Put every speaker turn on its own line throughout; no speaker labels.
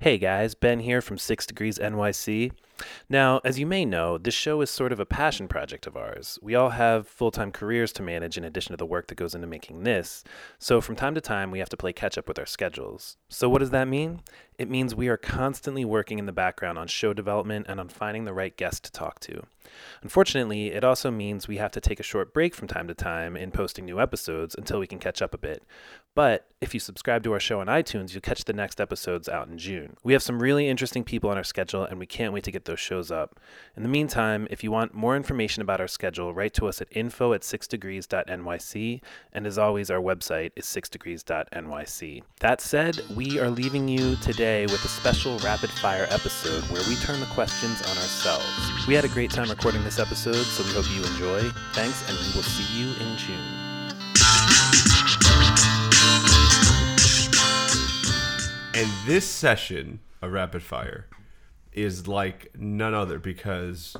Hey guys, Ben here from Six Degrees NYC. Now, as you may know, this show is sort of a passion project of ours. We all have full time careers to manage in addition to the work that goes into making this, so from time to time we have to play catch up with our schedules. So, what does that mean? It means we are constantly working in the background on show development and on finding the right guest to talk to. Unfortunately, it also means we have to take a short break from time to time in posting new episodes until we can catch up a bit. But if you subscribe to our show on iTunes, you'll catch the next episodes out in June. We have some really interesting people on our schedule, and we can't wait to get those shows up. In the meantime, if you want more information about our schedule, write to us at info at sixdegrees.nyc. And as always, our website is sixdegrees.nyc. That said, we are leaving you today with a special rapid fire episode where we turn the questions on ourselves. We had a great time recording this episode, so we hope you enjoy. Thanks, and we will see you in June.
And this session of rapid fire is like none other because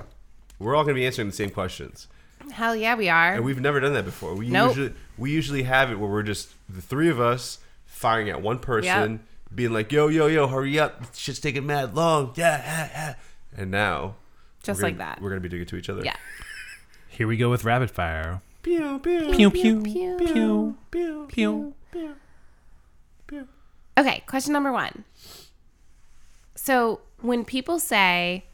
we're all going to be answering the same questions,
Hell yeah, we are.
and we've never done that before. We
Nope.
usually we usually have it where we're just the three of us firing at one person, being like, "Yo, yo, yo, hurry up! Shit's taking mad long." Yeah, yeah, yeah. And now,
Just
we're gonna-
like that.
we're going to be doing it to each other.
yeah.
Here we go with rapid fire.
Pew pew
Pew pew pew
pew,
pew.
pew
pew.
pew.
Okay, question number one. So when people say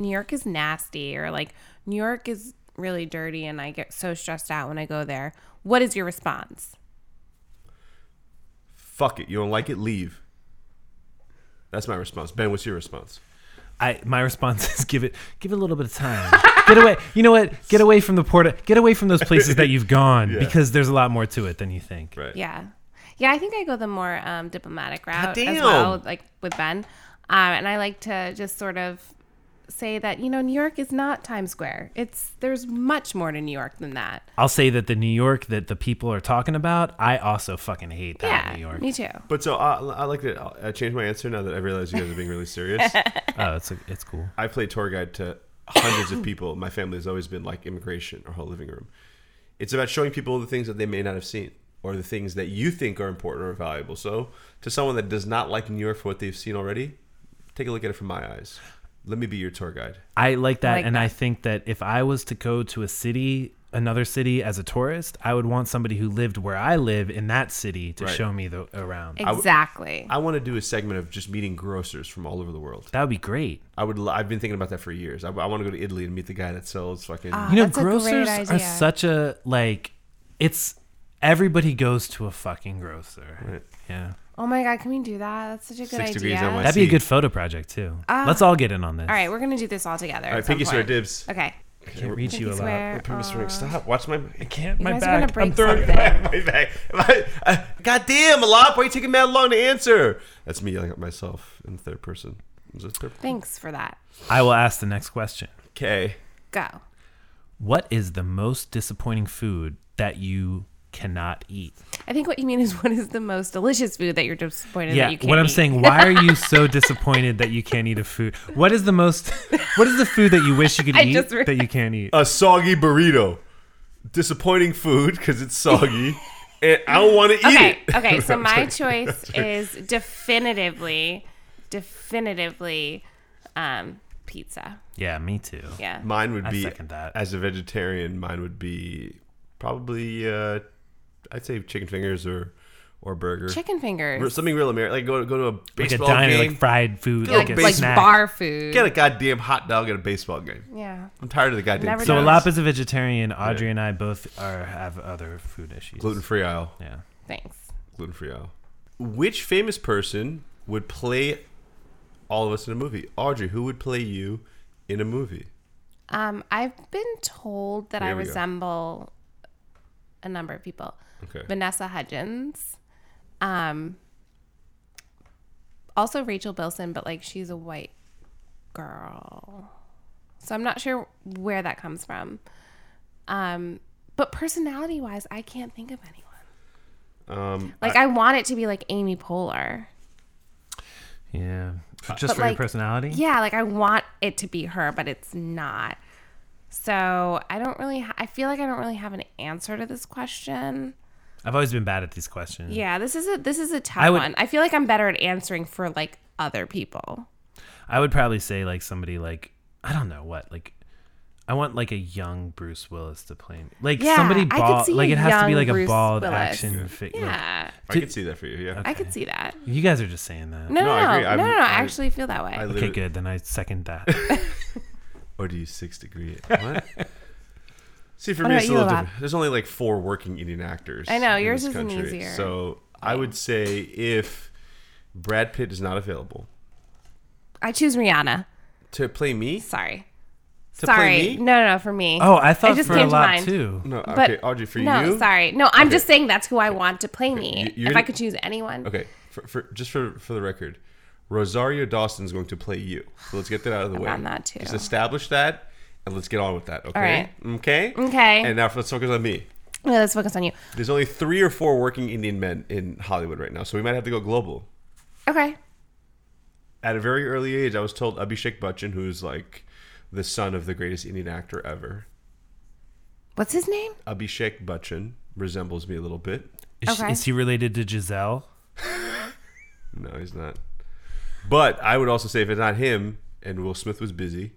New York is nasty or like New York is really dirty and I get so stressed out when I go there, what is your response?
Fuck it. You don't like it? Leave. That's my response. Ben, what's your response?
I my response is give it give it a little bit of time. Get away. You know what? Get away from the porta. Get away from those places that you've gone because there's a lot more to it than you think.
Right.
Yeah. Yeah, I think I go the more um, diplomatic route as
damn.
well, like with Ben. Um, and I like to just sort of say that, you know, New York is not Times Square. It's there's much more to New York than that.
I'll say that the New York that the people are talking about, I also fucking hate that
Yeah.
New York.
Me too.
But so I, I like to I change my answer now that I realize you guys are being really serious.
Oh, it's it's cool.
I play tour guide to hundreds of people. My family has always been like immigration or whole living room. It's about showing people the things that they may not have seen or the things that you think are important or valuable. So to someone that does not like New York for what they've seen already, take a look at it from my eyes. Let me be your tour guide.
I like that,
Like
and
that.
I think that if I was to go to a city, another city as a tourist, I would want somebody who lived where I live in that city to
Right.
show me the around.
w-
Exactly.
I want to do a segment of just meeting grocers from all over the world.
that would be great.
I would. l- I've been thinking about that for years. I, I want to go to Italy and meet the guy that sells fucking.
You know,
That's a great
grocers are
idea.
such a like. It's everybody goes to a fucking grocer.
Right.
Yeah,
Oh my god, can we do that? That's such a good
Six degrees
idea.
on West-
that'd be a
see.
good photo project too. Let's all get in on this.
Ah. All right, we're gonna do this all together.
all
at
right,
some
pinky swear,
point.
dibs.
Okay.
can't reach
Pinky
you a lot.
swear.
Pinky swear,
on-
Stop. Watch my.
I can't.
You
my
guys are gonna
back. I'm
break
throwing.
something.
my back. My, uh, God damn, Alop, why are you taking that long to answer? That's me yelling at myself in third person. Is it third?
Thanks for that.
I will ask the next question.
Okay.
Go.
What is the most disappointing food that you cannot eat?
I think what you mean is what is the most delicious food that you're disappointed that
Yeah,
you can't
what I'm
eat?
saying, why are you so disappointed that you can't eat a food? What is the most what is the food that you wish you could
I
eat
just re-
that you can't eat?
A soggy burrito. Disappointing food because it's soggy, and I don't want to eat
Okay.
it.
Okay. So my choice is definitively, definitively, um, pizza.
Yeah, me too.
Yeah.
Mine would
I
be,
second that.
as a vegetarian, mine would be probably, uh, I'd say chicken fingers or or burger.
Chicken
Or
fingers.
Something real American, like go to, go to a
Like a
baseball
diner,
game.
like fried food,
Like
like,
a
a
like
snack.
bar food.
Get a goddamn hot dog at a baseball game.
yeah.
I'm tired of the goddamn.
Never
So
Yeah.
Alap is a vegetarian. Audrey and I both are have other food issues.
gluten free aisle.
Yeah.
Thanks.
gluten free aisle. Which famous person would play all of us in a movie? Audrey, who would play you in a movie?
Um, I've been told that I
Here we go.
resemble a number of people.
Okay.
Vanessa Hudgens. Um also Rachel Bilson, but like she's a white girl. So I'm not sure where that comes from. Um but personality wise, I can't think of anyone.
Um,
Like I, want it to be like Amy Poehler.
Yeah. Just
But,
for your
like,
personality?
Yeah, like I want it to be her, but it's not. So I don't really ha- I feel like I don't really have an answer to this question.
I've always been bad at these questions.
Yeah, this is a this is a tough
I would-
one. I feel like I'm better at answering for like other people?
I would probably say like somebody like I don't know what like I want like a young Bruce Willis to play me. Like
Yeah,
somebody
I could
bald.
see a
Like it has to be
young
like
Bruce
a bald
Willis.
action figure.
Yeah,
I could see that for you. Yeah.
I could see that.
You guys are just saying that.
No, no,
No, I
no,
agree.
no,
I'm-
no, no, I
I-
actually feel that way.
I
Okay,
literally-
good. Then I second that.
Or do you six degree? it? What? See, for
What
me,
about
it's a
you,
little
Rob?
different. There's only like four working Indian actors.
I know,
in
yours
this
isn't
country.
easier.
So I would say if Brad Pitt is not available
I choose Rihanna.
to play me,
Sorry.
to
sorry.
play me.
No, no, no, for me.
Oh, I thought
just
for a
came to
lot
mind.
too.
No,
But-
okay, Audrey, for
no,
you.
sorry. No, I'm just saying that's who I want to play me.
you- you're
if I
the-
could choose anyone.
Okay, for, for just for for the record, Rosario Dawson's going to play you. So let's get that out of the way.
on that, too.
Just establish that, and let's get on with that. Okay. Okay.
Okay.
And now let's focus on me.
No, let's focus on you.
There's only three or four working Indian men in Hollywood right now, so we might have to go global.
Okay.
At a very early age, I was told Abhishek Bachchan, who's like the son of the greatest Indian actor ever.
What's his name?
Abhishek Bachchan resembles me a little bit.
Is, she-
Okay.
is he related to Giselle?
No, he's not. But I would also say if it's not him, and Will Smith was busy,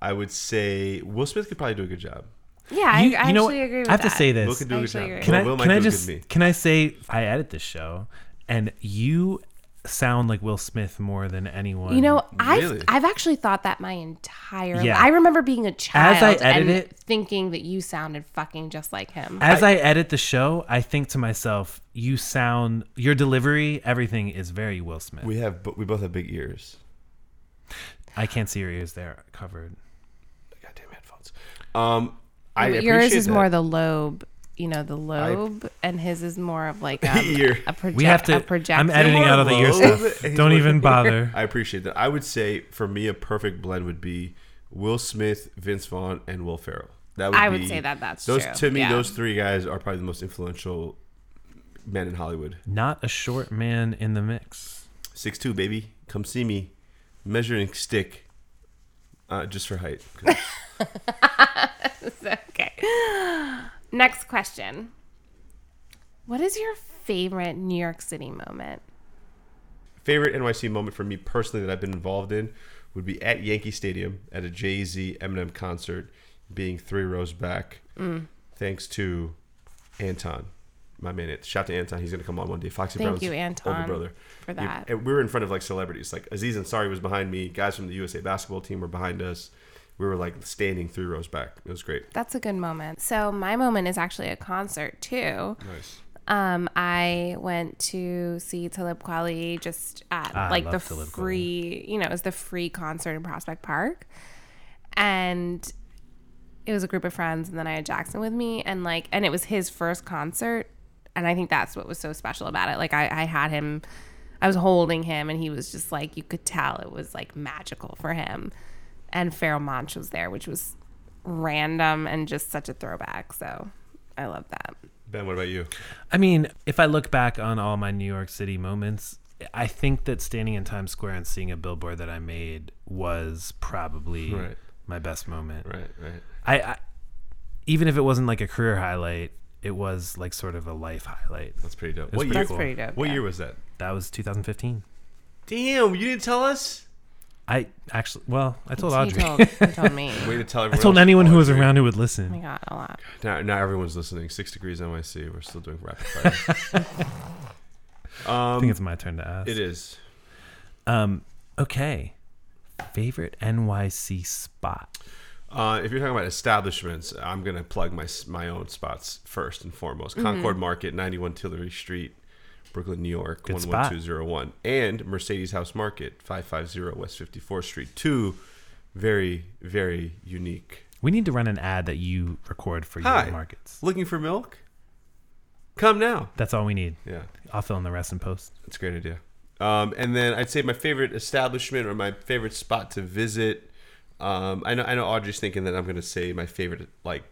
I would say Will Smith could probably do a good job.
Yeah,
You-
I, I
you know what?
actually agree with
I have
that.
to say
Will
this.
could do a good
actually
job.
agree.
Can
Will,
I,
Will might
can I
do a good me.
just can I say I edit this show and you sound like Will Smith more than anyone.
You know,
Really?
I've I've actually thought that my entire
Yeah.
life. I remember being a child
As I edit
and
it-
thinking that you sounded fucking just like him.
as I, edit the show, I think to myself, you sound your delivery, everything is very Will Smith.
We have, but we both have big ears.
I can't see your ears there covered.
Goddamn headphones. Um, I
Yours
appreciate
is
that.
more the lobe, you know, the lobe, and his is more of like um,
Ear.
a, project.
We have to
A project.
I'm editing out of the ear
Lobe.
stuff.
He's
Don't
like-
even bother.
I appreciate that. I would say for me, a perfect blend would be Will Smith, Vince Vaughn, and Will Ferrell. That would
I would
be-
say that that's
those
true.
to me.
Yeah.
Those three guys are probably the most influential men in Hollywood.
Not a short man in the mix.
Six two, baby, come see me. Measuring stick, uh, just for height. 'Cause
Okay. Next question. What is your favorite New York City moment?
Favorite NYC moment for me personally that I've been involved in would be at Yankee Stadium at a Jay Z Eminem concert, being three rows back,
Mm.
thanks to Anton, my man. Shout to Anton. He's gonna come on one day. Foxy
Thank
Brown's
you, Anton,
older brother.
for
You-
that.
and we were in front of like celebrities. Like Aziz Ansari was behind me. Guys from the USA basketball team were behind us. We were like standing three rows back. It was great.
That's a good moment. So my moment is actually a concert too.
Nice.
Um, I went to see Talib Kweli just at
Ah, I
like the
love Talib Kweli.
free, you know, it was the free concert in Prospect Park, and it was a group of friends, and then I had Jackson with me, and like, and it was his first concert, and I think that's what was so special about it. Like, I, I had him, I was holding him, and he was just like, you could tell it was like magical for him, and Pharaoh Monch was there, which was random and just such a throwback. So I love that.
Ben, what about you?
I mean, if I look back on all my New York City moments, I think that standing in Times Square and seeing a billboard that I made was probably
Right.
my best moment.
Right, right.
I, I even if it wasn't like a career highlight, it was like sort of a life highlight.
That's pretty dope.
was
What
pretty
year?
That's
cool.
pretty dope.
What
yeah.
year was that?
That was 2015.
Damn, you didn't tell us.
I actually, well, I told
He
Audrey.
told, he told me.
Way to tell
I
everyone.
told
else.
anyone who was
Audrey.
around who would
I
listen.
got a lot.
Now, now everyone's listening. Six degrees NYC. We're still doing rapid fire.
I think it's my turn to
Um,
ask.
it is.
Um, okay. Favorite NYC spot?
Uh, if you're talking about establishments, I'm gonna plug my s- my own spots first and foremost.
Mm-hmm.
Concord Market, 91 Tillery Street, Brooklyn, New York,
Good spot.
11201, and Mercedes House Market, 550 West 54th Street. Two very very unique.
We need to run an ad that you record for your
Hi,
markets.
looking for milk? Come now.
That's all we need.
Yeah.
I'll fill in the rest in post.
That's a great idea. Um, and then I'd say my favorite establishment or my favorite spot to visit. Um, I know I know Audrey's thinking that I'm going to say my favorite like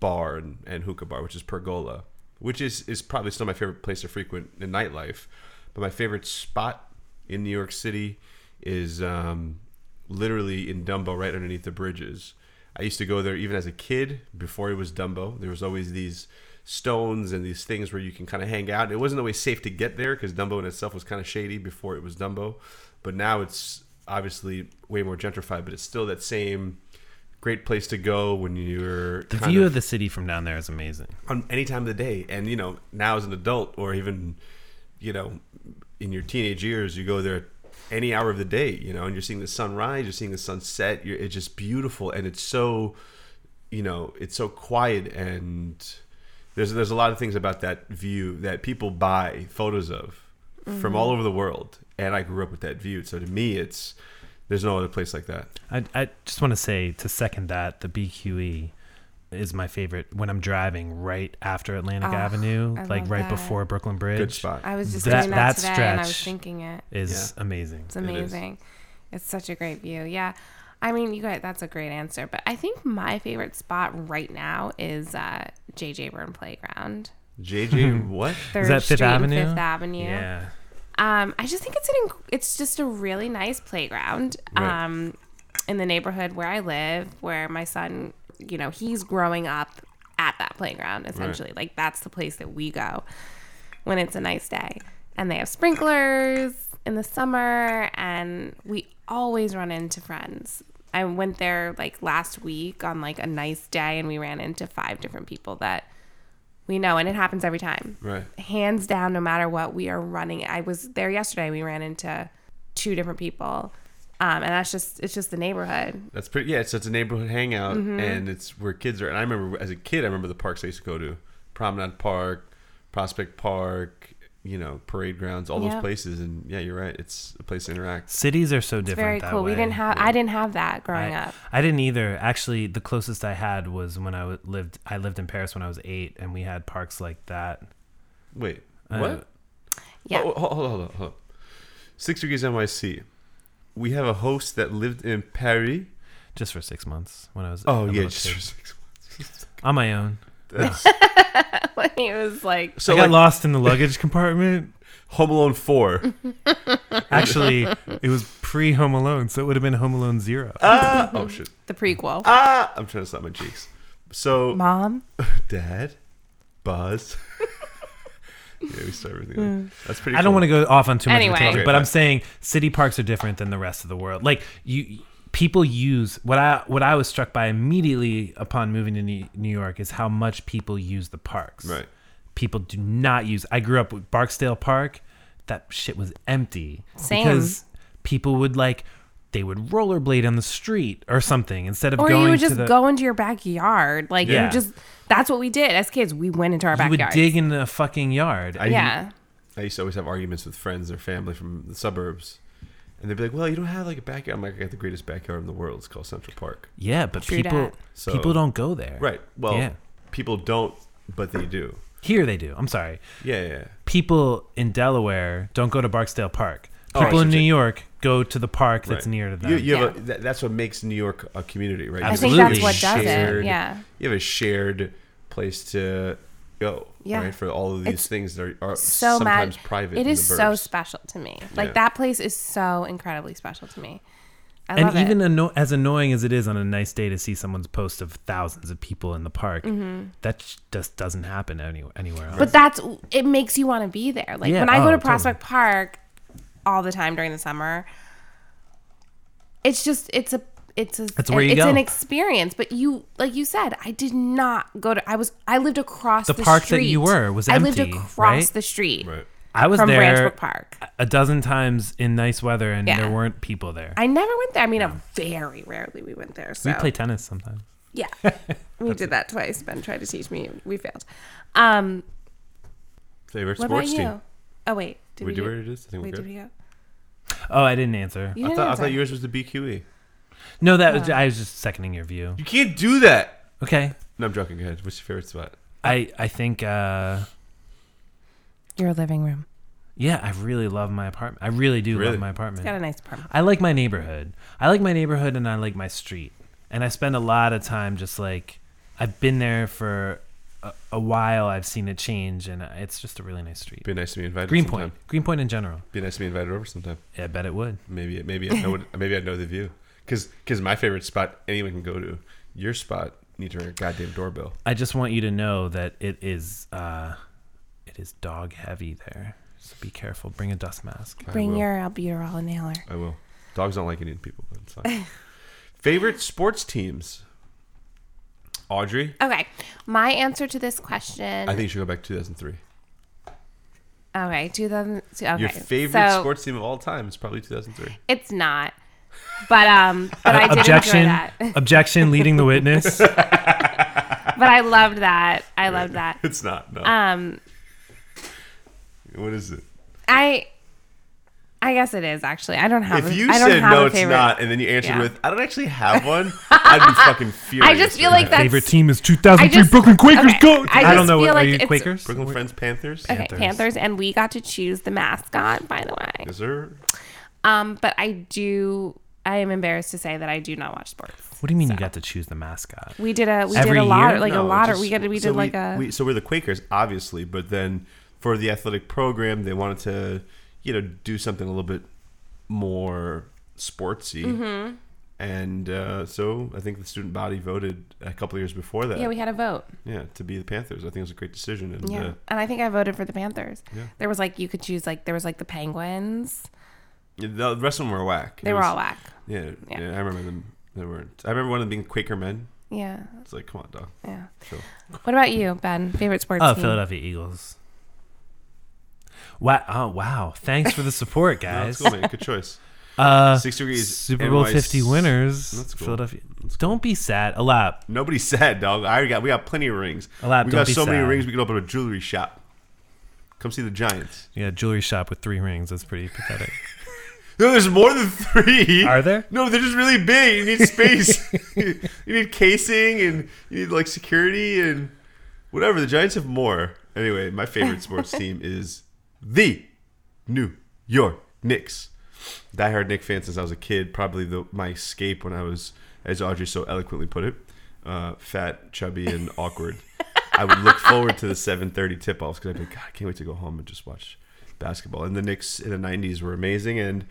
bar and, and hookah bar, which is Pergola, which is is probably still my favorite place to frequent in nightlife. But my favorite spot in New York City is um, literally in Dumbo, right underneath the bridges. I used to go there even as a kid before it was Dumbo. There was always these stones and these things where you can kind of hang out. It wasn't always safe to get there because Dumbo in itself was kind of shady before it was Dumbo, but now it's obviously way more gentrified. But it's still that same great place to go when you're
The
kind
view
of-
of the city from down there is amazing.
on any time of the day. And you know, now as an adult, or even you know, in your teenage years, you go there any hour of the day. You know, and you're seeing the sunrise, you're seeing the sunset. You're, it's just beautiful, and it's so, you know, it's so quiet and there's there's a lot of things about that view that people buy photos of from all over the world, and I grew up with that view. So to me, it's there's no other place like that.
I, I just want to say to second that the BQE is my favorite when I'm driving right after Atlantic
Ah,
Avenue,
I
like
love
right
that.
before Brooklyn Bridge.
Good spot.
I was just that,
That-
that
that
today, and I was
stretch.
thinking it.
Is amazing.
It's
is.
amazing. it's such a great view. Yeah. I mean, you guys, that's a great answer. But I think my favorite spot right now is uh, JJ Burn Playground.
JJ, what?
Third
that Fifth
Street and
Avenue?
Fifth Avenue.
Yeah.
Um, I just think it's an inc- it's just a really nice playground.
Right.
Um, in the neighborhood where I live, where my son, you know, he's growing up at that playground essentially. Like that's the place that we go when it's a nice day, and they have sprinklers in the summer, and we always run into friends. I went there like last week on like a nice day, and we ran into five different people that we know, and it happens every time
Right.
hands down, no matter what, we are running. I was there yesterday. We ran into two different people, um, and that's just it's just the neighborhood.
That's pretty. Yeah, so it's a neighborhood hangout,
Mm-hmm.
and it's where kids are. And I remember as a kid, I remember the parks I used to go to: Promenade Park, Prospect Park, you know, parade grounds, all
Yeah.
those places. And yeah, you're right. It's a place to interact.
Cities are so different.
Very
that
cool. We
way.
didn't have I didn't have that growing
I,
up.
I didn't either. Actually, the closest I had was when I w- lived. I lived in Paris when I was eight, and we had parks like that.
Wait,
Uh,
what?
Yeah,
Oh, hold, hold, hold, on, hold. on. Six Degrees NYC. We have a host that lived in Paris.
just for six months when I was.
Oh yeah,
a little
just
kid.
for six months.
on my own.
That's-
when he was like,
so
I got
like
lost in the luggage compartment.
Home Alone Four.
Actually, it was pre Home Alone, so it would have been Home Alone Zero.
ah, oh shit.
the prequel.
Ah, I'm trying to slap my cheeks. So
Um,
Mom,
Dad, Buzz. yeah, we start everything. like- That's pretty.
Mm. I don't want to go off on too much of a
Anyway.
tangent,
Okay,
but
fine.
I'm saying city parks are different than the rest of the world. Like you, people use what I what I was struck by immediately upon moving to New New York is how much people use the parks.
Right.
People do not use. I grew up with Barksdale Park. That shit was empty
Same.
because people would like they would rollerblade on the street or something instead of
or
going
you would
to
just
the,
go into your backyard. Like
Yeah.
you just that's what we did as kids. We went into our
you would
backyard.
dig in a fucking yard.
I,
yeah,
I used to always have arguments with friends or family from the suburbs, and they'd be like, "Well, you don't have like a backyard." I'm like, "I got the greatest backyard in the world. It's called Central Park."
yeah, but
True
people
dat.
So-
people don't go there.
Right. Well,
Yeah.
people don't, but they do.
Here they do. I'm sorry.
Yeah, yeah, yeah.
people in Delaware don't go to Barksdale Park.
Oh, I
People in
see.
New York go to the park that's
Right.
near to them.
You, you have a, that, that's what makes New York a community, right? You
I
have a
think that's
Absolutely.
what does
shared-
it. Yeah,
You have a shared place to go,
Yeah.
right? For all of these
It's
things that are, are
so
sometimes
mad.
private.
It
in
is
the
so
burbs.
special to me. Like
Yeah.
that place is so incredibly special to me. I love
and
it.
even anno- as annoying as it is on a nice day to see someone's post of thousands of people in the park, that sh- just doesn't happen anywhere anywhere else.
Mm-hmm. But that's it makes you want to be there. Like
Yeah,
when I go
oh,
to Prospect Park all the time during the summer, it's just it's a it's a
That's where you
it's
go.
an experience. But you like you said, I did not go to I was I lived across the,
The park that
street.
you were was
I
empty,
lived across
right?
the street
Right.
I was
from
there
Branchbrook Park.
a dozen times in nice weather, and
Yeah.
there weren't people there.
I never went there. I mean, uh, very rarely we went there. So
we play tennis sometimes.
Yeah. We did that twice. Ben tried to teach me. We failed. Um,
Favorite
what
sports
about
team.
you? Oh, wait. Did
we, do
do-
where it is. I think we're
Wait,
good.
did we go?
Oh, I didn't answer.
You
I
didn't
thought, I
answer.
thought yours was the BQE.
No, that was, I was just seconding your view.
You can't do that.
Okay,
No, I'm joking. Go ahead. What's your favorite spot?
I I think. Uh,
Your living room.
Yeah, I really love my apartment. I really do
Really?
love my apartment.
Got a nice apartment.
I like my neighborhood. I like my neighborhood and I like my street. And I spend a lot of time just like I've been there for a, a while. I've seen it change and it's just a really nice street.
Be nice to be invited.
Greenpoint.
sometime.
Greenpoint in general.
Be nice to be invited over sometime.
Yeah, I bet it would.
Maybe maybe I know maybe I know the view because my favorite spot anyone can go to. Your spot need to ring a goddamn doorbell.
I just want you to know that it is uh, it is dog heavy there. So be careful. Bring a dust mask.
Bring
will.
your albuterol inhaler.
I will. Dogs don't like Indian people, but it's fine. Favorite sports teams? Audrey?
Okay, my answer to this question.
I think you should go back to 2003.
okay, 2000. Okay,
Your favorite
so
sports team of all time is probably 2003.
It's not, but um, but I did enjoy
objection!
that.
objection! Leading the witness.
But I loved that. I loved that.
It's not, no.
Um,
what is it?
I. I guess it is actually. I don't have.
If
a-
you
I don't
said
have
no,
a
it's
favorite.
not, and then you answered
Yeah.
with, I don't actually have one, I'd be fucking furious.
I just feel
right
like
now.
that's
Favorite team is 2003
just-
Brooklyn Quakers.
okay,
Go!
I
I, don't
just feel
know. What,
like
are you
it's-
Quakers?
Brooklyn Friends Panthers?
Okay, Panthers. and we got to choose the mascot, by the way.
Is there?
Um, but I do. I am embarrassed to say that I do not watch sports.
What do you mean you got to choose the mascot?
We did a we
Every
did a lot
year?
like
No,
a lot
just-
we did we
so
did like a
we- so we're the Quakers, obviously, but then for the athletic program, they wanted to, you know, do something a little bit more sportsy,
Mm-hmm.
and uh, so I think the student body voted a couple of years before that,
yeah we had a vote
yeah, to be the Panthers. I think it was a great decision, and
yeah
uh,
and I think I voted for the Panthers.
Yeah.
There was like you could choose like there was like the Penguins.
the rest of them were whack. It
They were
was-
all whack.
Yeah, yeah,
Yeah.
I remember them. They weren't. I remember one of them being Quaker men.
Yeah,
It's like, come on, dog.
yeah.
Chill.
What about you, Ben? Favorite sports
Oh,
team?
Philadelphia Eagles. Wow! Oh, wow! Thanks for the support,
No, that's
guys.
cool, man. Good choice.
uh,
Six degrees.
Super Bowl
NYC.
Fifty winners.
That's cool.
Philadelphia. Don't be sad. A lot.
Nobody's sad, dog. I got we got plenty of rings.
A lot,
we
don't
got
be
so many
sad.
rings we could open a jewelry shop. Come see the Giants.
Yeah, jewelry shop with three rings. That's pretty pathetic.
No, there's more than three.
Are there?
No, they're just really big. You need space. you need casing and you need like security and whatever. The Giants have more. Anyway, my favorite sports team is the New York Knicks. Diehard Knicks fan since I was a kid. Probably the, my escape when I was, as Audrey so eloquently put it, uh, fat, chubby, and awkward. I would look forward to the 7:30 tip-offs because I'd be like, God, I can't wait to go home and just watch basketball. And the Knicks in the 90s were amazing. And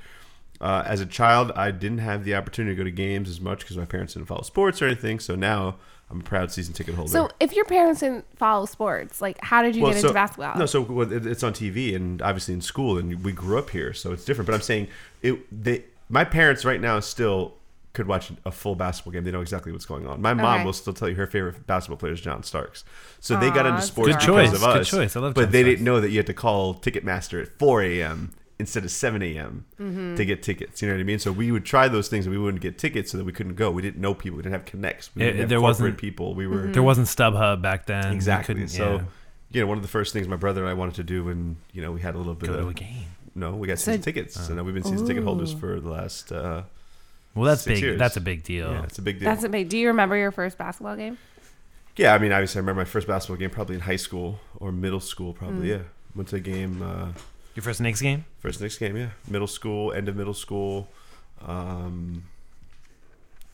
uh, as a child, I didn't have the opportunity to go to games as much because my parents didn't follow sports or anything. So now I'm a proud season ticket holder.
So if your parents didn't follow sports, like how did you get into basketball?
No, so well, it- it's on TV and obviously in school, and we grew up here, so it's different. But I'm saying it. They, my parents right now still could watch a full basketball game. They know exactly what's going on. My mom
Okay.
will still tell you her favorite basketball player is John Starks. So they got
Aw,
into
that's
sports
Good
because
choice,
of
good
us.
choice. I love
But
John
they
Starks.
didn't know that you had to call Ticketmaster at 4 a.m. instead of 7 a.m.
Mm-hmm.
to get tickets. You know what I mean? So we would try those things, and we wouldn't get tickets, so that we couldn't go. We didn't know people. We didn't have connects. We
Yeah,
didn't have
there
corporate
wasn't-
people.
Mm-hmm.
We were
There wasn't StubHub back then. You
Mm-hmm. Exactly.
couldn't-
So,
yeah,
you know, one of the first things my brother and I wanted to do when, you know, we had a little bit
go
of
to a game. Uh.
No, we got season tickets. so now we've been season ticket holders for the last uh
Well, that's
six
big.
years.
That's a big deal.
yeah, it's a big deal.
That's a big. Do you remember your first basketball game?
yeah, I mean obviously I remember my first basketball game probably in high school or middle school probably,
Mm.
yeah. Went to a game uh
Your first Knicks game.
first Knicks game, yeah. Middle school, end of middle school. Um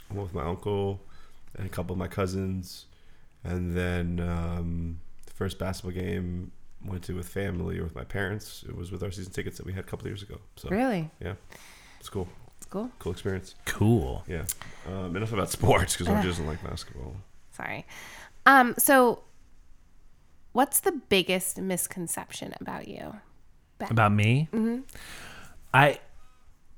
I went with my uncle and a couple of my cousins. And then um the first basketball game went to with family or with my parents. It was with our season tickets that we had a couple of years ago. So
Really?
Yeah, it's cool.
It's cool.
Cool experience.
Cool.
Yeah. Um, enough about sports because Audrey doesn't like basketball.
Sorry. Um. So, what's the biggest misconception about you?
About me? Mm-hmm. I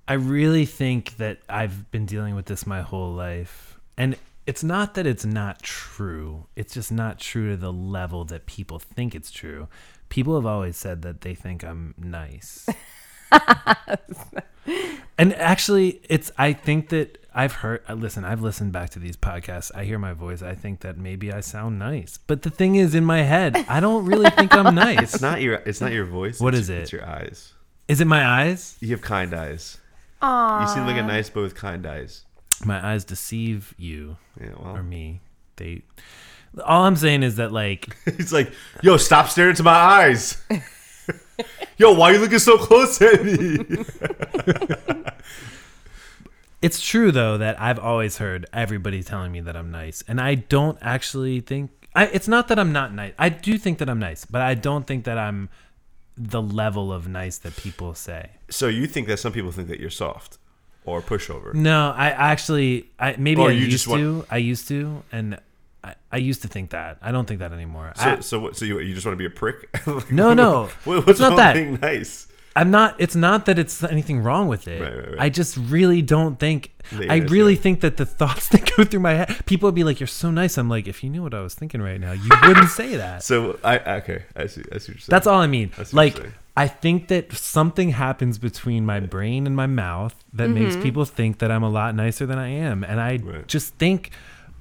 I really think that I've been dealing with this my whole life. And it's not that it's not true. It's just not true to the level that people think it's true. People have always said that they think I'm nice. and actually it's I think that I've heard I listen, I've listened back to these podcasts. I hear my voice. I think that maybe I sound nice. But the thing is in my head, I don't really think I'm nice.
It's not your. It's not your voice.
What
it's,
is it?
It's your eyes.
Is it my eyes?
You have kind eyes.
Aw.
You seem like a nice boy with kind eyes.
my eyes deceive you
Yeah.
or
Well,
me. They. All I'm saying is that like
he's like, yo, stop staring into my eyes. yo, why are you looking so close at me?
it's true though that I've always heard everybody telling me that I'm nice, and I don't actually think I. It's not that I'm not nice. I do think that I'm nice, but I don't think that I'm the level of nice that people say.
so you think that some people think that you're soft or pushover?
No, I actually I maybe
Or
I
you
used
just
to.
want-
I used to, and I, I used to think that. I don't think that anymore.
So,
I,
so what? So you, you just want to be a prick? Like,
No, no.
What,
It's
what's
not
wrong
that.
with being nice?
I'm not. It's not that it's anything wrong with it.
Right, right, right.
I just really don't think.
That you
I
understand.
really think that the thoughts that go through my head. People would be like, "You're so nice." I'm like, if you knew what I was thinking right now, you wouldn't say that.
So I okay. I see. I see what you're saying.
That's all I mean.
That's what you're
like,
saying.
I think that something happens between my brain and my mouth that makes
Mm-hmm.
people think that I'm a lot nicer than I am, and I
Right.
just think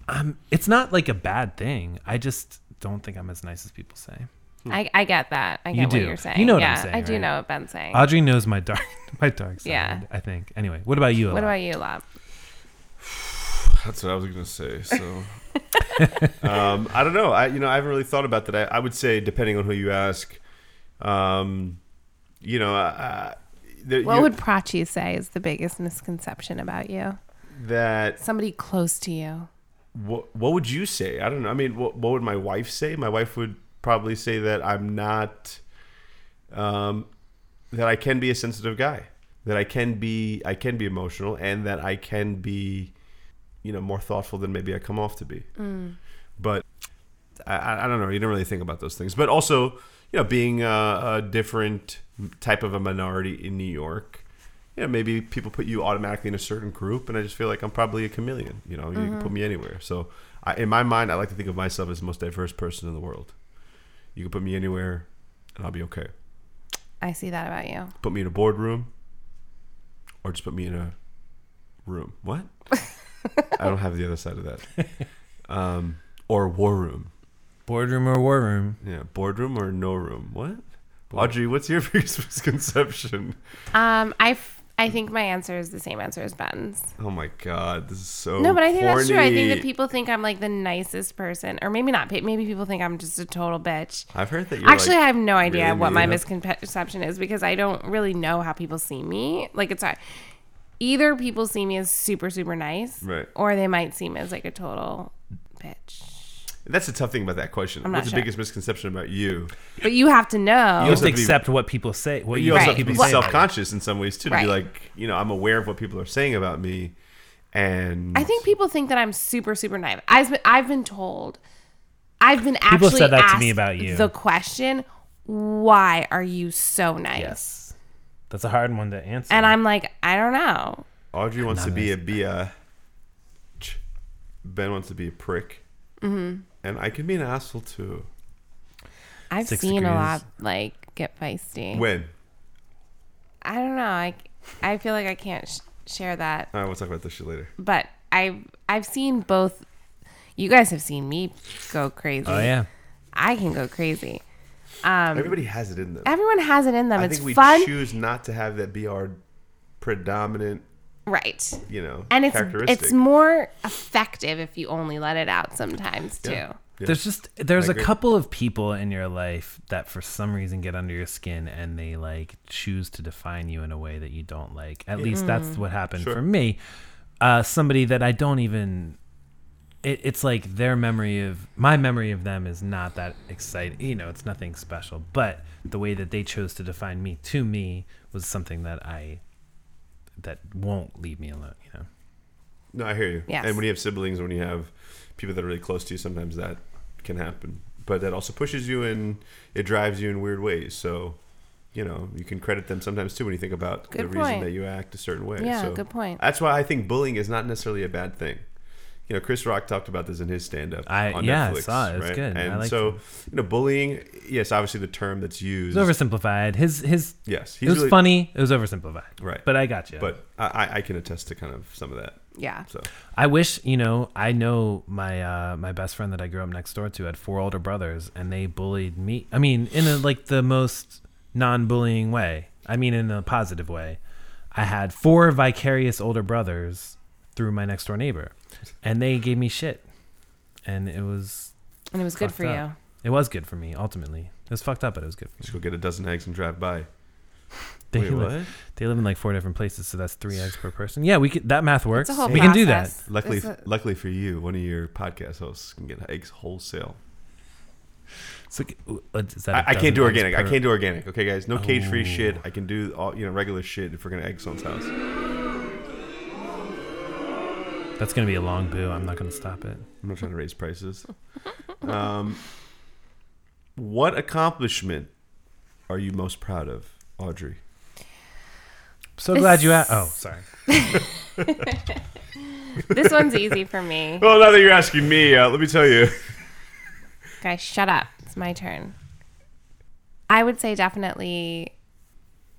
I'm. It's not like a bad thing. I just don't think I'm as nice as people say.
I, I get that. I get
You
what
do.
you're
You
saying.
know what I'm
yeah,
saying,
I do
right?
know what Ben's saying.
Audrey knows my dark, my dark side.
Yeah.
I think. Anyway, what about you?
what
Alok?
about you, Lab?
That's what I was gonna say. So, um, I don't know. I you know I haven't really thought about that. I, I would say depending on who you ask, um, you know, uh, there,
What
you-
would Prachi say is the biggest misconception about you?
that
Somebody close to you.
what what would you say? I don't know. I mean, what what would my wife say? My wife would probably say that I'm not, um, that I can be a sensitive guy. That I can be I can be emotional, and that I can be, you know, more thoughtful than maybe I come off to be. But I- I, I don't know. You don't really think about those things. But also, you know, being a, a different type of a minority in New York, you know, maybe people put you automatically in a certain group, and I just feel like I'm probably a chameleon. You know, you can put me anywhere. So, I, in my mind, I like to think of myself as the most diverse person in the world. You can put me anywhere, and I'll be okay.
I see that about you.
Put me in a boardroom, or just put me in a room. What? I don't have the other side of that. Um, or war room.
boardroom or war room?
Yeah, boardroom or no room? What? Audrey, what's your biggest misconception?
Um, I, f- I think my answer is the same answer as Ben's.
Oh my god, this is so
No, but I think that's true. I think that
corny.
people think I'm like the nicest person, or maybe not. Maybe people think I'm just a total bitch.
I've heard that. You're
Actually,
like,
I have no idea
really
what my
mean.
misconception is because I don't really know how people see me. Like it's uh, either people see me as super super nice,
Right.
or they might see me as like a total bitch.
That's the tough thing about that question.
not
What's the
sure.
biggest misconception about you?
But you have to know.
You have to
have to be-
accept what people say. What
You
you
also have
think
to be
people
Well,
say.
self-conscious in some ways too. To
Right.
be like, you know, I'm aware of what people are saying about me, and
I think people think that I'm super super nice. I've been, I've been told. I've been actually
People said that to me
asked
about you.
The question, why are you so nice?
Yes, that's a hard one to answer.
And I'm like, I don't know.
Audrey wants to be a be a. Ben wants to be a prick, mm-hmm. and I can be an asshole too.
I've
Six
seen a
degrees.
lot like get feisty.
When?
I don't know. I, I feel like I can't sh- share that,
All right, we'll talk about this shit later.
but I've I've seen both. You guys have seen me go crazy.
oh yeah,
I can go crazy. Um,
Everybody has it in them.
Everyone has it in them.
I
it's
think we
fun,
choose not to have that be our predominant,
right?
you know,
And it's
characteristic.
it's more effective if you only let it out sometimes too.
Yeah. Yeah.
there's just there's
I
a
agree.
couple of people in your life that for some reason get under your skin and they like choose to define you in a way that you don't like. At least that's what happened
Sure.
for me. Uh, somebody that I don't even. It, it's like their memory of my memory of them is not that exciting. You know, it's nothing special. But the way that they chose to define me to me was something that I that won't leave me alone. You know.
no, I hear you.
Yes.
And when you have siblings, when you have people that are really close to you, sometimes that can happen. But that also pushes you and it drives you in weird ways. So, you know, you can credit them sometimes too when you think about the
Good
reason
point.
that you act a certain way.
Yeah,
so
good point.
That's why I think bullying is not necessarily a bad thing. You know, Chris Rock talked about this in his stand up
I-
on
yeah, I
Netflix.
saw it. It was
right?
good. I
And
liked
so,
it.
you know, bullying, yes, obviously the term that's used.
It was oversimplified. His his
Yes,
it was
really-
funny. It was oversimplified.
Right.
But I got you.
but I, I- I can attest to kind of some of that.
Yeah.
So
I wish you know. I know my uh, my best friend that I grew up next door to had four older brothers, and they bullied me. I mean, in a, like the most non-bullying way. I mean, in a positive way. I had four vicarious older brothers through my next door neighbor, and they gave me shit, and it was
And it was good
fucked
for
up. It was good for me ultimately. It was fucked up, but it was good for me.
just go get a dozen eggs and drive by.
They
Wait,
li-
what?
They live in like four different places, so that's three eggs per person. Yeah, we could, that math works.
a whole
we can do that.
process.
Luckily,
Is it-
luckily for you, one of your podcast hosts can get eggs wholesale.
So, uh, is that a
I, I can't do
dozen eggs
organic. I
per-
can't do organic. Okay, guys, no cage free shit. I can do all you know regular shit if we're gonna egg someone's house.
That's gonna be a long boo. I'm not gonna stop it.
I'm not trying to raise prices. Um, what accomplishment are you most proud of, Audrey?
So glad you asked. Oh, sorry.
This one's easy for me.
Well, now that you're asking me, uh, let me tell you.
Guys, shut up. It's my turn. I would say definitely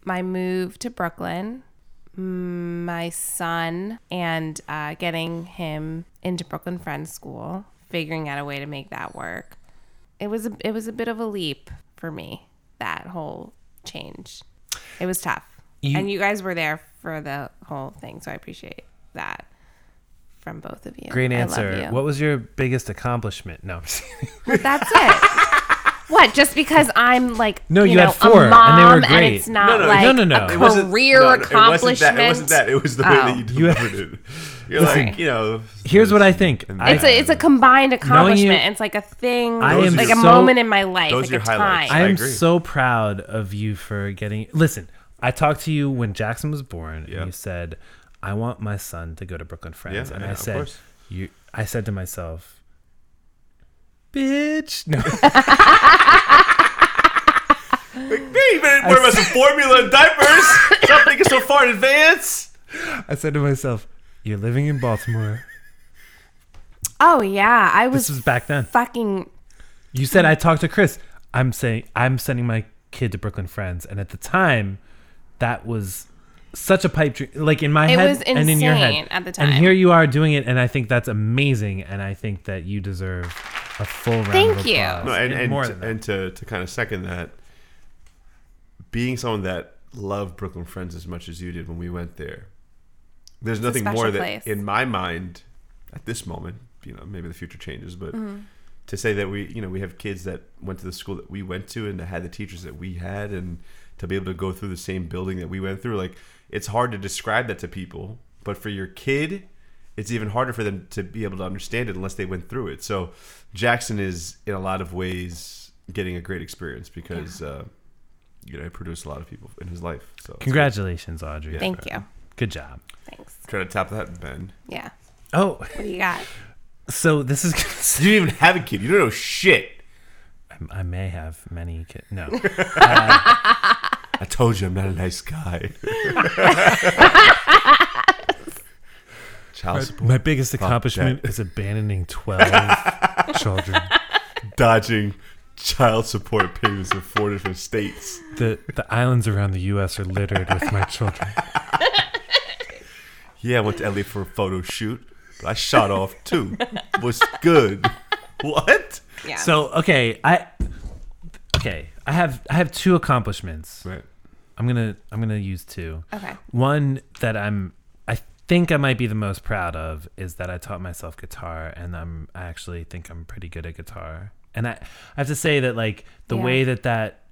my move to Brooklyn, mm, my son, and uh, getting him into Brooklyn Friends School, figuring out a way to make that work. It was a, it was a bit of a leap for me. That whole change, it was tough,
You-
and you guys were there for the whole thing, so I appreciate that from both of you.
Great
I love
answer.
you.
What was your biggest accomplishment? No. I'm just kidding.
That's it. what? Just because I'm like
No, you
know,
had
a
four, and they
mom,
were
and
great.
it's not
No, no,
like
no, no, no.
a
It
wasn't-
career
no, no,
accomplishment.
It wasn't that. It wasn't that. It was the way
Oh.
that you
You-
delivered it. You're like, you know.
Here's what I think. I,
It's a it's a combined accomplishment.
you-
and it's like a thing,
I
am
like a
so-
moment in my life,
Those
like
are your
a
highlights.
time.
I am
agree.
so proud of you for getting. Listen, I talked to you when Jackson was born,
Yeah.
and you said, "I want my son to go to Brooklyn Friends,"
Yeah,
and
yeah,
I
of
said,
course.
"You." I said to myself, "Bitch, no."
you better worry about some formula and diapers. Stop thinking so far in advance.
I said to myself, "You're living in Baltimore."
Oh yeah, I was
This was back then.
fucking.
You said I talked to Chris. I'm saying I'm sending my kid to Brooklyn Friends, and at the time, that was such a pipe dream. Like in my
It
head
was
and in your
insane
head
at the time.
And here you are doing it, and I think that's amazing. And I think that you deserve a full round.
Thank
of
you.
applause.
No, and, and,
more
to,
than that.
and to, to kind of second that, being someone that loved Brooklyn Friends as much as you did when we went there, there's nothing more
special
that,
place.
in my mind, at this moment, you know, maybe the future changes, but
Mm-hmm.
to say that we, you know, we have kids that went to the school that we went to and that had the teachers that we had, and to be able to go through the same building that we went through, like it's hard to describe that to people, but for your kid, it's even harder for them to be able to understand it unless they went through it. So Jackson is in a lot of ways getting a great experience because uh, you know he produced a lot of people in his life. So it's
Congratulations, Audrey.
Yeah.
Thank you.
Good job.
Thanks.
good. Try to top that, Ben.
Yeah.
Oh,
What do you got?
so this is. Gonna,
You didn't even have a kid. You don't know shit.
I may have many kids. No.
I told you I'm not a nice guy. Child support,
My biggest accomplishment
that.
is abandoning twelve children.
dodging child support payments in four different states.
The the islands around the U.S. are littered with my children.
Yeah, I went to LA for a photo shoot, but I shot off two. Was good. What?
Yeah.
So okay, I okay, I have I have two accomplishments.
Right.
I'm gonna I'm gonna use two.
Okay.
One that I'm I think I might be the most proud of is that I taught myself guitar, and I'm I actually think I'm pretty good at guitar. And I I have to say that like the
Yeah.
way that that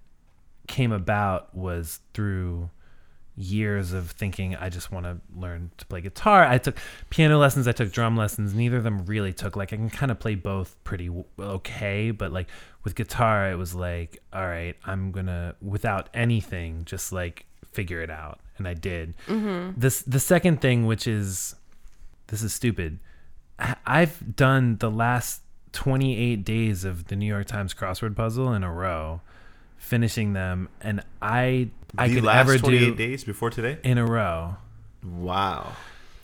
came about was through years of thinking I just want to learn to play guitar. I took piano lessons, I took drum lessons. Neither of them really took like I can kind of play both pretty w- okay, but like with guitar it was like all right, I'm going to without anything just like figure it out and I did. This the second thing which is this is stupid. I- I've done the last 28 days of the New York Times crossword puzzle in a row, finishing them, and I I
the
could
last
ever
28
do
days before today?
in a row.
Wow.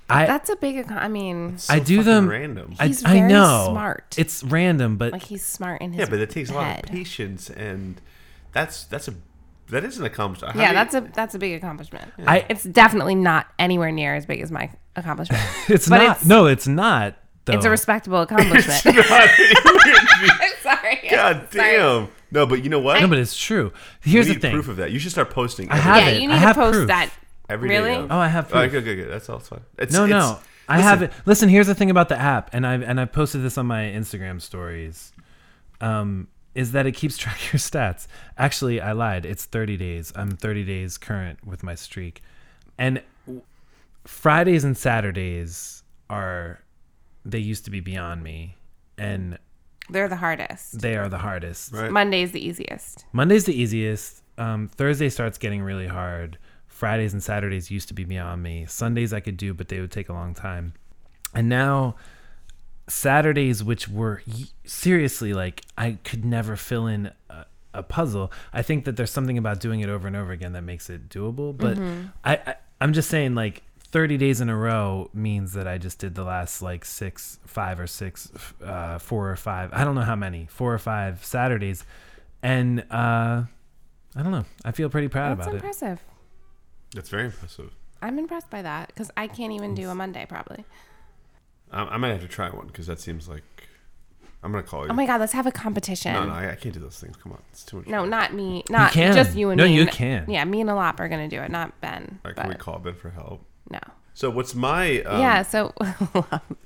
I
That's a big. Account. I mean,
So
I do
fucking
them-
random.
I,
He's
I
very
know
smart.
It's random, but
like he's smart in his
yeah, but it takes a lot
head.
of patience and that's that's a that is an accomplishment. How
Yeah,
do you-
that's a that's a big accomplishment.
I-
it's definitely not anywhere near as big as my accomplishment.
it's
but
not.
it's-
no, it's not. Though.
It's a respectable accomplishment. I'm sorry.
God
Sorry.
damn. No, but you know what?
no, but it's true. Here's
we
the
need
thing.
proof of that. You should start posting.
I
every-
have
yeah,
it.
you
I
need to
have
post
proof.
that.
every day,
really?
though.
Oh, I have
All right,
proof.
good, good, good. That's all. It's fine. It's,
No,
it's,
no. I
listen,
have it. Listen, here's the thing about the app, and I and I posted this on my Instagram stories. Um, is that it keeps track of your stats? Actually, I lied. It's 30 days. I'm 30 days current with my streak, and w- Fridays and Saturdays are they used to be beyond me, and
They're the hardest.
they are the hardest.
Right.
Monday's the easiest.
Monday's the easiest. Um, Thursday starts getting really hard. Fridays and Saturdays used to be beyond me. Sundays I could do, but they would take a long time. And now Saturdays, which were y- seriously like I could never fill in a, a puzzle. I think that there's something about doing it over and over again that makes it doable. But
Mm-hmm.
I, I, I'm just saying, like 30 days in a row means that I just did the last like six, five or six, f- uh, four or five. I don't know how many, four or five Saturdays, and uh, I don't know. I feel pretty proud
That's
about it.
impressive.
That's very impressive.
I'm impressed by that because I can't even do a Monday probably.
I, I might have to try one because that seems like I'm gonna call you.
Oh my god, let's have a competition.
no, no, I, I can't do those things. Come on, it's too much.
No,
work.
not me. Not
can.
just you and
No,
me.
you can.
Yeah, me and Alop are gonna do it, not Ben.
All right,
but
can we call Ben for help?
no.
So what's my um,
yeah, so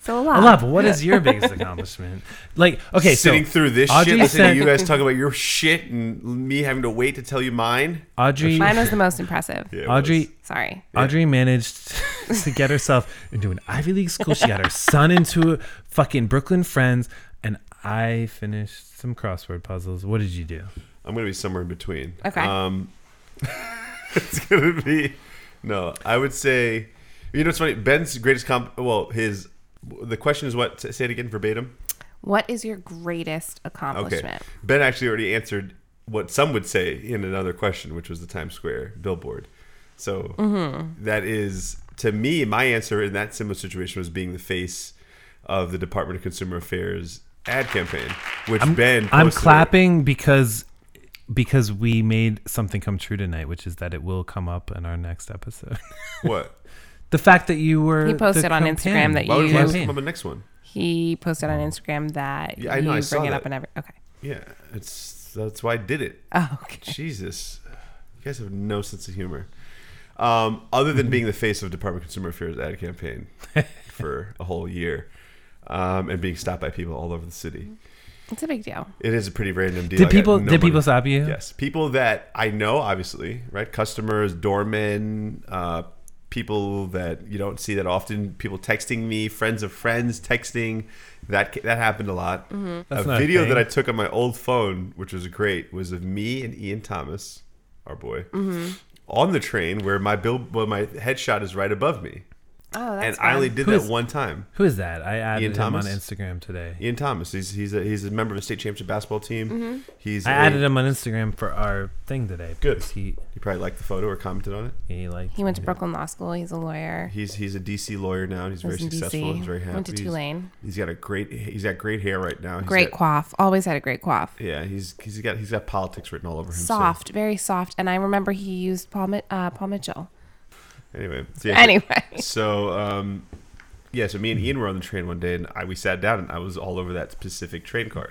so Alop.
I love. What is your biggest accomplishment? Like, okay,
sitting
so
through this
Audrey
shit, listening
sent-
to you guys talk about your shit, and me having to wait to tell you mine.
Audrey,
Mine was the most impressive.
Yeah, it
Audrey,
was.
Sorry.
Audrey managed to get herself into an Ivy League school. She got her son into a fucking Brooklyn Friends, and I finished some crossword puzzles. What did you do?
I'm gonna be somewhere in between.
Okay.
Um, it's gonna be no. I would say, you know, it's funny. Ben's greatest comp. Well, his the question is what? Say it again verbatim.
What is your greatest
Okay.
accomplishment?
Ben actually already answered what some would say in another question, which was the Times Square billboard. So
Mm-hmm.
that is to me my answer in that similar situation was being the face of the Department of Consumer Affairs ad campaign, which Ben
I'm
posted.
clapping because because we made something come true tonight, which is that it will come up in our next episode.
What?
the fact that you were
He
the
posted on
campaign-
Instagram that
Why would
You-
why would
Campaign.
come on the next one?
He posted on Instagram that
Mm. Yeah, I know,
you
I
bring
saw
it
that.
up and every okay.
Yeah, it's that's why I did it.
Oh, okay.
Jesus, you guys have no sense of humor. Um, other than being the face of Department of Consumer Affairs ad campaign for a whole year, um, and being stopped by people all over the city,
It's a big deal.
it is a pretty random deal. I
Did
got
people
no
did people
money.
stop you?
Yes, people that I know, obviously, right? Customers, doormen, uh, people that you don't see that often. People texting me, friends of friends texting. That ca- that happened a lot.
Mm-hmm. That's
a
not a
video
thing.
that I took on my old phone, which was great, was of me and Ian Thomas, our boy,
Mm-hmm.
on the train where my bill, well, my headshot is right above me,
Oh, that's
and
fun.
I only did
Who
that
is-
one time.
Who is that? I added
Ian
him on
Thomas?
Instagram today.
Ian Thomas, he's he's a, he's a member of the state championship basketball team. He's
Mm-hmm. I
a-
added him on Instagram for our thing today.
Good.
because He
You probably liked the photo or commented on it.
he liked
he went to Brooklyn Law School. He's a lawyer.
He's he's a DC lawyer now. and He's very
Lives in
successful.
DC.
He's very happy.
Went to
He's-
Tulane.
He's got a great. He's got great hair right now. He's
Great
got-
quaff. Always had a great quaff.
Yeah, he's he's got he's got politics written all over him. so-
Soft, very soft. And I remember he used Paul, Mi- uh, Paul Mitchell.
anyway. so yeah,
Anyway,
So um, yeah. So me and Ian were on the train one day, and I we sat down, and I was all over that specific train car.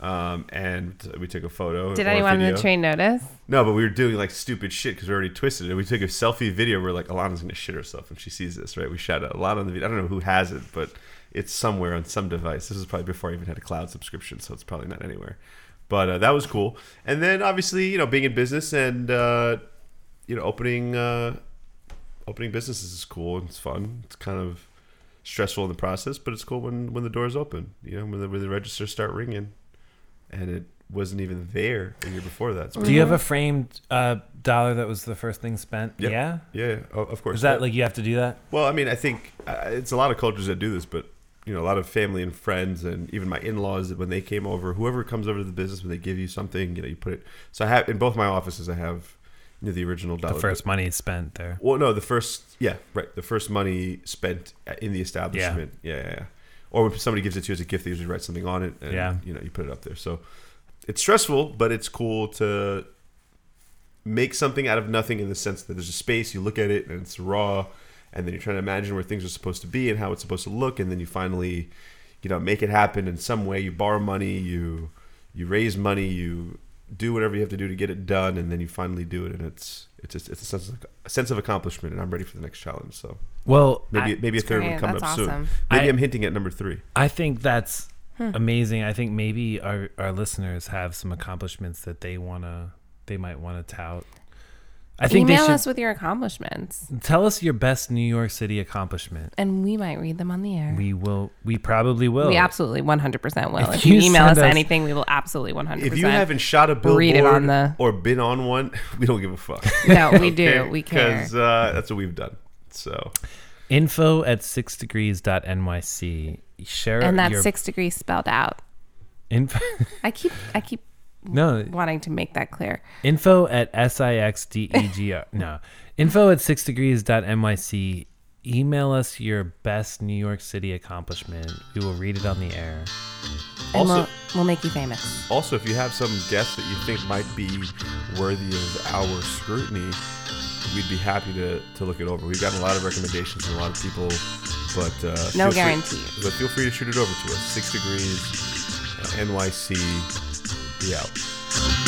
Um, and we took a photo.
did
or a
anyone on
video.
the train notice?
No, but we were doing like stupid shit because we already twisted it. We took a selfie video. We're like, Alana's gonna shit herself when she sees this, right? We shot a lot on the video. I don't know who has it, but it's somewhere on some device. This is probably before I even had a cloud subscription, so it's probably not anywhere. But uh, that was cool. And then obviously, you know, being in business and uh, you know, opening uh, opening businesses is cool and it's fun. It's kind of stressful in the process, but it's cool when when the doors open. You know, when the, when the registers start ringing, and it wasn't even there a year before that. It's
Do you have a framed uh, dollar that was the first thing spent?
Yep.
Yeah.
Yeah, yeah, o- of course.
Is that
Yeah.
like you have to do that?
Well, I mean, I think uh, it's a lot of cultures that do this, but you know, a lot of family and friends, and even my in-laws when they came over, whoever comes over to the business when they give you something, you know, you put it. So I have in both my offices, I have you know, the original dollar.
The first money spent there.
Well, no, the first. Yeah, right. The first money spent uh, in the establishment. Yeah, yeah. yeah. Or when somebody gives it to you as a gift, they usually write something on it, and
Yeah.
you know, you put it up there. So it's stressful, but it's cool to make something out of nothing in the sense that there's a space. You look at it, and it's raw, and then you're trying to imagine where things are supposed to be and how it's supposed to look, and then you finally, you know, make it happen in some way. You borrow money, you you raise money, you do whatever you have to do to get it done, and then you finally do it, and it's it's just, it's a sense of, a sense of accomplishment, and I'm ready for the next challenge. So
Well,
maybe
I,
maybe a third one
great.
coming up
That's
soon.
awesome.
Maybe
I-
I, am hinting at number three.
I think that's amazing. I think maybe our, our listeners have some accomplishments that they wanna they might wanna tout. I think
Email
they
us
should
with your accomplishments,
tell us your best New York City accomplishment.
and we might read them on the air. We,
We will. We probably will.
absolutely 100% will.
If
If you
you
email us
send us-
anything, we will absolutely 100%.
If you haven't shot a billboard
Read it on the-
or been on one, we don't give a fuck.
no, we do. We care.
because uh, that's what we've done. So
Info at sixdegrees.nyc. Share
and that's
your
six degrees spelled out.
info.
I keep I keep
no,
wanting to make that clear.
info at sixdegr. E no, info at sixdegrees.nyc. Email us your best New York City accomplishment. We will read it on the air.
And
Also-
we'll, we'll make you famous.
Also, if you have some guests that you think might be worthy of our scrutiny, we'd be happy to, to look it over. We've gotten a lot of recommendations from a lot of people, but uh,
No
feel free-
guarantees.
but feel free to shoot it over to us. Six degrees, uh, NYC, be out.